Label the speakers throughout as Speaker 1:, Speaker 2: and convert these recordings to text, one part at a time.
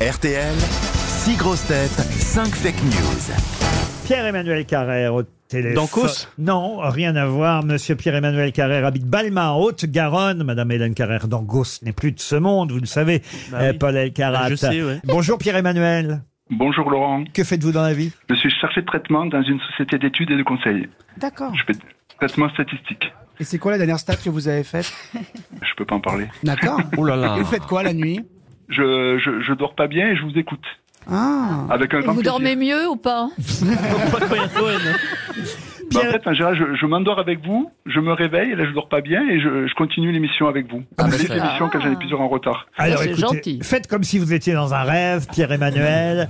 Speaker 1: RTL, 6 grosses têtes, 5 fake news.
Speaker 2: Pierre-Emmanuel Carrère au téléphone.
Speaker 3: Dans Causse
Speaker 2: Non, rien à voir. Monsieur Pierre-Emmanuel Carrère habite Balma, en Haute-Garonne. Madame Hélène Carrère d'Angos n'est plus de ce monde, vous le savez.
Speaker 3: Bah
Speaker 2: Euh,
Speaker 3: oui.
Speaker 2: Paul Elkarat.
Speaker 3: Bah, je sais, ouais.
Speaker 2: Bonjour Pierre-Emmanuel.
Speaker 4: Bonjour Laurent,
Speaker 2: Que faites-vous dans la vie
Speaker 4: je suis chargé de traitement dans une société d'études et de conseils.
Speaker 5: D'accord.
Speaker 4: Je fais du traitement statistique.
Speaker 5: Et c'est quoi la dernière stat que vous avez faite
Speaker 4: Je peux pas en parler.
Speaker 5: D'accord.
Speaker 3: Oh là là.
Speaker 5: Vous faites quoi la nuit
Speaker 4: Je, je, je dors pas bien et je vous écoute.
Speaker 5: Ah
Speaker 4: Avec un grand
Speaker 6: Vous
Speaker 4: plaisir.
Speaker 6: dormez mieux ou pas
Speaker 4: Bah, en
Speaker 2: Pierre-
Speaker 4: fait, en général, je, je m'endors avec vous, je me réveille et là je dors pas bien et je, je continue l'émission avec vous.
Speaker 7: Ah, bah,
Speaker 4: les
Speaker 7: c'est-
Speaker 4: émissions quand j'en ai plusieurs en retard.
Speaker 2: Alors
Speaker 6: Ah, c'est
Speaker 2: écoutez,
Speaker 6: gentil.
Speaker 2: faites comme si vous étiez dans un rêve, Pierre-Emmanuel.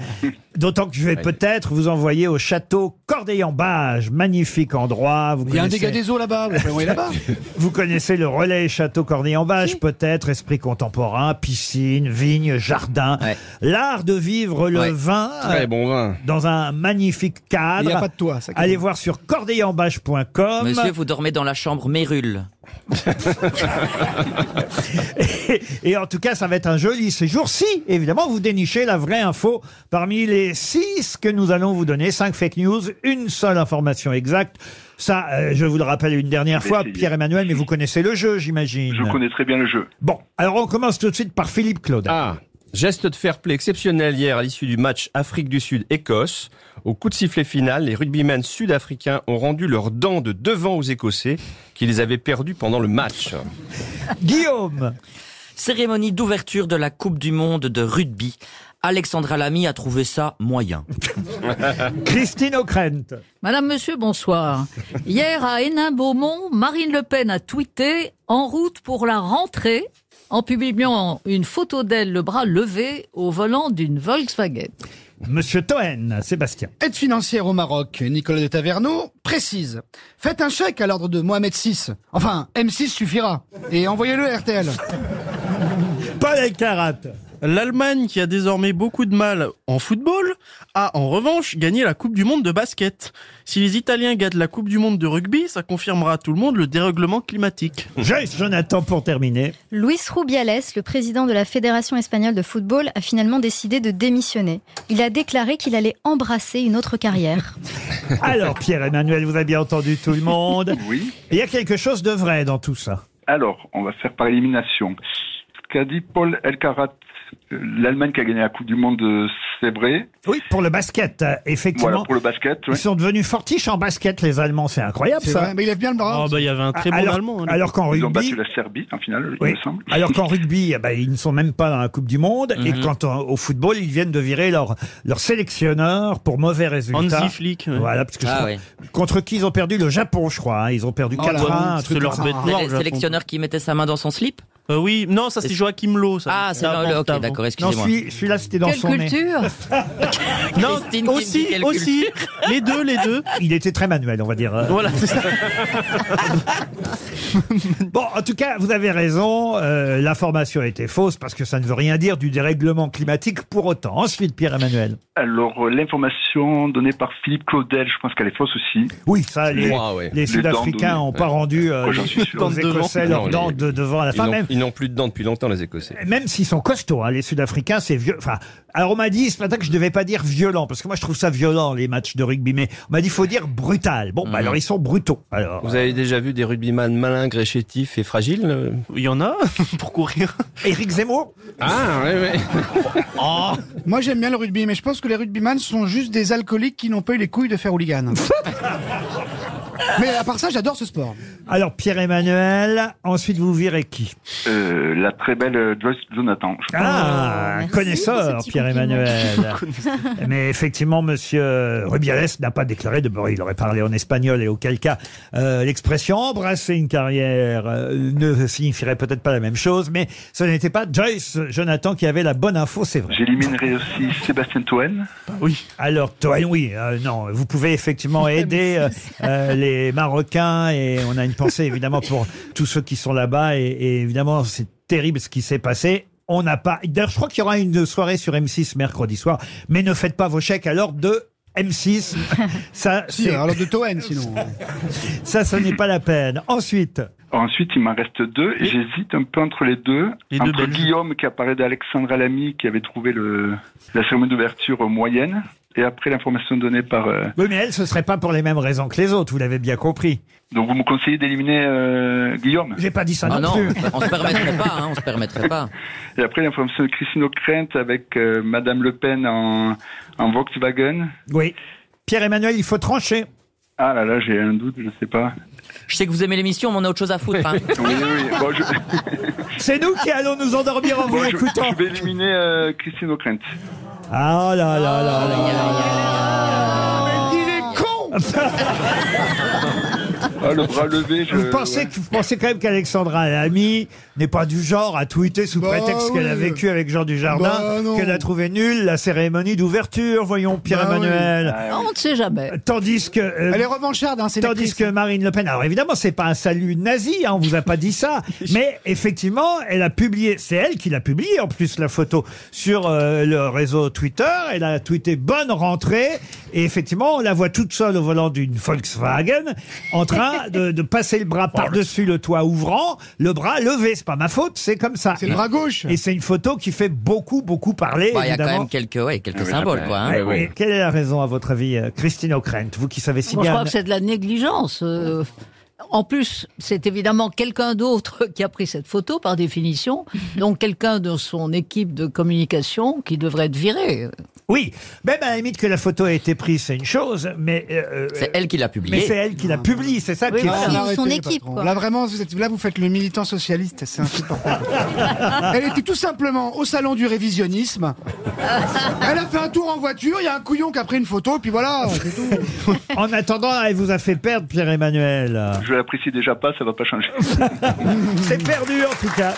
Speaker 2: D'autant que je vais peut-être vous envoyer au château Corday-en-Bage, magnifique endroit. Vous
Speaker 5: Il y a un
Speaker 2: connaissez-
Speaker 5: dégât des eaux là-bas, vous pouvez envoyer là-bas.
Speaker 2: Vous connaissez le relais Château Corneille-en-Bâche, peut-être, esprit contemporain, piscine, vigne, jardin.
Speaker 7: Ouais.
Speaker 2: L'art de vivre le
Speaker 7: Ouais.
Speaker 2: vin euh,
Speaker 3: bon vin.
Speaker 2: dans un magnifique cadre.
Speaker 5: Il n'y a pas de toit, ça.
Speaker 2: Ah, Allez voir sur corneillenbâche.com
Speaker 7: Monsieur, vous dormez dans la chambre Mérule.
Speaker 2: et, et en tout cas, ça va être un joli séjour si, évidemment, vous dénichez la vraie info parmi les six que nous allons vous donner. Cinq fake news, une seule information exacte. Ça, euh, je vous le rappelle une dernière
Speaker 4: vais
Speaker 2: fois,
Speaker 4: essayer.
Speaker 2: Pierre-Emmanuel, mais vous connaissez le jeu, j'imagine.
Speaker 4: Je connais très bien le jeu.
Speaker 2: Bon, alors on commence tout de suite par Philippe Claudin.
Speaker 3: Ah, geste de fair play exceptionnel hier à l'issue du match Afrique du Sud-Écosse. Au coup de sifflet final, les rugbymen sud-africains ont rendu leurs dents de devant aux Écossais qui les avaient perdus pendant le match.
Speaker 2: Guillaume
Speaker 7: Cérémonie d'ouverture de la Coupe du Monde de rugby. Alexandra Lamy a trouvé ça moyen.
Speaker 2: Christine O'Krent.
Speaker 6: Madame, monsieur, bonsoir. Hier à Hénin-Beaumont, Marine Le Pen a tweeté en route pour la rentrée en publiant une photo d'elle le bras levé au volant d'une Volkswagen.
Speaker 2: Monsieur Toen, Sébastien.
Speaker 5: Aide financière au Maroc, Nicolas de Taverneau précise. Faites un chèque à l'ordre de Mohamed VI. Enfin, M6 suffira. Et envoyez-le à RTL.
Speaker 2: Paul Elkarat.
Speaker 8: L'Allemagne, qui a désormais beaucoup de mal en football, a en revanche gagné la Coupe du Monde de basket. Si les Italiens gagnent la Coupe du Monde de rugby, ça confirmera à tout le monde le dérèglement climatique.
Speaker 2: Joyce Jonathan pour terminer.
Speaker 9: Luis Rubiales, le président de la Fédération espagnole de football, a finalement décidé de démissionner. Il a déclaré qu'il allait embrasser une autre carrière.
Speaker 2: Alors, Pierre-Emmanuel, vous avez bien entendu tout le monde.
Speaker 4: Oui.
Speaker 2: Il y a quelque chose de vrai dans tout ça.
Speaker 4: Alors, on va faire par élimination. Ce qu'a dit Paul Elkarat, euh, l'Allemagne qui a gagné la Coupe du Monde, euh, c'est vrai.
Speaker 2: Oui, pour le basket, euh, effectivement.
Speaker 4: Voilà pour le basket. ouais.
Speaker 2: Ils sont devenus fortiches en basket, les Allemands. C'est incroyable,
Speaker 5: C'est
Speaker 2: ça.
Speaker 5: vrai, mais il lève bien le bras.
Speaker 8: Oh bah il y avait un très bon
Speaker 2: alors,
Speaker 8: Allemand. hein.
Speaker 2: alors qu'en
Speaker 4: Ils ont
Speaker 2: rugby,
Speaker 4: battu la Serbie en finale,
Speaker 2: Oui.
Speaker 4: il me semble.
Speaker 2: Alors qu'en rugby, eh ben, ils ne sont même pas dans la Coupe du Monde.
Speaker 8: Mhm.
Speaker 2: Et quant au, au football, ils viennent de virer leur, leur sélectionneur pour mauvais résultats.
Speaker 8: Hansi Flick. ouais.
Speaker 2: Voilà, parce que je
Speaker 7: Ah
Speaker 2: crois-
Speaker 7: oui.
Speaker 2: contre qui ils ont perdu le Japon, je crois. hein. Ils ont perdu
Speaker 5: Oh
Speaker 2: 4
Speaker 5: là,
Speaker 2: à 1, un
Speaker 8: c'est
Speaker 2: truc
Speaker 8: leur
Speaker 2: comme ça.
Speaker 8: bête noire,
Speaker 7: le
Speaker 8: Japon.
Speaker 7: sélectionneur qui mettait sa main dans son slip
Speaker 8: Euh, oui, non, ça c'est Joachim Lowe. ça.
Speaker 7: Ah, c'est
Speaker 8: Avant,
Speaker 7: le...
Speaker 8: avant.
Speaker 7: Ok, d'accord,
Speaker 2: Non,
Speaker 7: excusez-moi.
Speaker 2: celui- celui-là, c'était dans
Speaker 6: Quelle
Speaker 2: son nez.
Speaker 6: culture
Speaker 8: Non,
Speaker 7: Christine qui me dit
Speaker 8: aussi,
Speaker 7: quelle
Speaker 8: aussi, les deux, les deux.
Speaker 2: Il était très manuel, on va dire. Euh,
Speaker 8: Voilà, c'est ça.
Speaker 2: Bon, en tout cas, vous avez raison. euh, L'information était fausse parce que ça ne veut rien dire du dérèglement climatique pour autant. Ensuite, Pierre-Emmanuel.
Speaker 4: Alors, euh, l'information donnée par Philippe Claudel, je pense qu'elle est fausse aussi.
Speaker 2: Oui, ça, les,
Speaker 3: Moi, ouais.
Speaker 2: les Sud-Africains
Speaker 4: dents
Speaker 2: n'ont
Speaker 4: de-
Speaker 2: pas rendu euh,
Speaker 4: Oh, j'en suis sûr.
Speaker 2: aux
Speaker 8: Dents de devant.
Speaker 2: Écossais leurs
Speaker 3: Non,
Speaker 2: dents
Speaker 3: les-
Speaker 2: de devant à la
Speaker 3: Ils
Speaker 2: fin.
Speaker 3: n'ont-
Speaker 2: Même,
Speaker 3: ils n'ont plus de dents depuis longtemps, les Écossais.
Speaker 2: même s'ils sont costauds, hein, les Sud-Africains, c'est vieux. Enfin, alors on m'a dit ce matin que je ne devais pas dire violent parce que moi je trouve ça violent les matchs de rugby, mais on m'a dit faut dire brutal. Bon, bah, alors ils sont brutaux. Alors,
Speaker 3: Mhm. Vous avez déjà vu des rugbyman malingres, chétifs et fragiles euh
Speaker 8: Il y en a pour courir.
Speaker 2: Eric Zemmour,
Speaker 3: Ah, ouais, ouais.
Speaker 5: Moi j'aime bien le rugby, mais je pense que les rugbymans sont juste des alcooliques qui n'ont pas eu les couilles de faire hooligan. mais à part ça, j'adore ce sport.
Speaker 2: alors Pierre-Emmanuel. Ensuite, vous virez qui
Speaker 4: Euh, la très belle euh, Joyce Jonathan. je pense.
Speaker 2: Ah,
Speaker 9: merci
Speaker 2: connaisseur,
Speaker 9: pour ce petit
Speaker 2: Pierre-Emmanuel. Mais effectivement, monsieur Rubiales n'a pas déclaré de bon, il aurait parlé en espagnol et auquel cas euh, l'expression embrasser une carrière euh, ne signifierait peut-être pas la même chose, mais ce n'était pas Joyce Jonathan qui avait la bonne info, c'est vrai.
Speaker 4: J'éliminerai aussi Sébastien Toen.
Speaker 2: Alors, toi, oui, euh, non, vous pouvez effectivement aider euh, euh, les Marocains et on a une pensée évidemment pour tous ceux qui sont là-bas et, et évidemment c'est terrible ce qui s'est passé. On n'a pas. D'ailleurs, je crois qu'il y aura une soirée sur M6 mercredi soir, mais ne faites pas vos chèques à l'ordre de M6. Ça,
Speaker 5: Si,
Speaker 2: c'est-
Speaker 5: alors de Toen sinon.
Speaker 2: ça, ce n'est pas la peine. Ensuite,
Speaker 4: Ensuite, il m'en reste deux. et
Speaker 8: Oui.
Speaker 4: J'hésite un peu entre les deux.
Speaker 8: Les deux
Speaker 4: entre
Speaker 8: Belges.
Speaker 4: Guillaume qui apparaît d'Alexandre Alamy qui avait trouvé le, la cérémonie d'ouverture moyenne. Et après l'information donnée par... euh,
Speaker 2: Oui, mais elle, ce serait pas pour les mêmes raisons que les autres, vous l'avez bien compris.
Speaker 4: Donc vous me conseillez d'éliminer euh, Guillaume.
Speaker 2: J'ai pas dit ça
Speaker 7: Ah
Speaker 2: non,
Speaker 7: non,
Speaker 2: plus.
Speaker 7: on se permettrait pas, hein, on se permettrait pas.
Speaker 4: Et après l'information de Christine O'Krent avec euh, Madame Le Pen en, en Volkswagen.
Speaker 2: Oui. Pierre-Emmanuel, il faut trancher.
Speaker 4: Ah là là, j'ai un doute, je sais pas.
Speaker 7: Je sais que vous aimez l'émission, mais on a autre chose à foutre. hein.
Speaker 4: Oui, oui, oui. Bon, je,
Speaker 2: C'est nous qui allons nous endormir en vous
Speaker 4: bon, je-
Speaker 2: écoutant.
Speaker 4: je vais éliminer euh, Christine O'Krent.
Speaker 2: Ah là là là là.
Speaker 5: Il est con
Speaker 4: Ah, le bras levé, je...
Speaker 2: Vous pensez, que- vous pensez quand même qu'Alexandra Lamy n'est pas du genre à tweeter sous
Speaker 5: Bah
Speaker 2: prétexte qu'elle a
Speaker 5: oui.
Speaker 2: vécu avec Jean Dujardin,
Speaker 5: Bah non.
Speaker 2: qu'elle a trouvé nulle la cérémonie d'ouverture, voyons Pierre-Emmanuel.
Speaker 6: Ah, On ne sait jamais.
Speaker 2: Tandis que... euh,
Speaker 5: Bah Elle est revancharde, hein, c'est
Speaker 2: Tandis que Marine Le Pen, alors évidemment, c'est pas un salut nazi, hein, on vous a pas dit ça, mais effectivement, elle a publié, c'est elle qui l'a publié en plus la photo sur euh, le réseau Twitter. Elle a tweeté bonne rentrée et effectivement, on la voit toute seule au volant d'une Volkswagen en train de, de passer le bras par-dessus le toit ouvrant, le bras levé. C'est pas ma faute, c'est comme ça.
Speaker 5: C'est le bras gauche.
Speaker 2: Et c'est une photo qui fait beaucoup, beaucoup parler.
Speaker 7: Bah, Il y a quand
Speaker 2: évidemment.
Speaker 7: même quelques, ouais, quelques
Speaker 4: Ah oui,
Speaker 7: symboles,
Speaker 4: après,
Speaker 7: quoi. hein.
Speaker 2: Ouais, ouais. Quelle est la raison, à votre avis, euh, Christine O'Krent, vous qui savez si
Speaker 6: Moi, je
Speaker 2: bien
Speaker 6: crois que c'est de la négligence. euh. en plus, c'est évidemment quelqu'un d'autre qui a pris cette photo, par définition. Donc, quelqu'un de son équipe de communication qui devrait être viré.
Speaker 2: Oui, même à la limite que la photo a été prise, c'est une chose, mais euh,
Speaker 7: C'est elle qui l'a
Speaker 2: mais c'est
Speaker 7: publié.
Speaker 2: elle qui la publie, c'est ça
Speaker 6: Ah. Oui,
Speaker 2: qui est
Speaker 6: voilà.
Speaker 2: fou.
Speaker 5: Ah,
Speaker 9: Son-
Speaker 5: arrêtez,
Speaker 9: son
Speaker 5: les
Speaker 9: équipe,
Speaker 5: patrons.
Speaker 9: quoi.
Speaker 5: Là, vraiment, vous êtes, là, vous faites le militant socialiste, c'est insupportable. Elle était tout simplement au salon du révisionnisme.
Speaker 9: Ah.
Speaker 5: Elle a fait un tour en voiture, il y a un couillon qui a pris une photo, puis voilà, c'est tout.
Speaker 2: En attendant, elle vous a fait perdre, Pierre-Emmanuel.
Speaker 4: Je l'apprécie déjà pas, ça va pas changer.
Speaker 2: C'est perdu, en tout cas.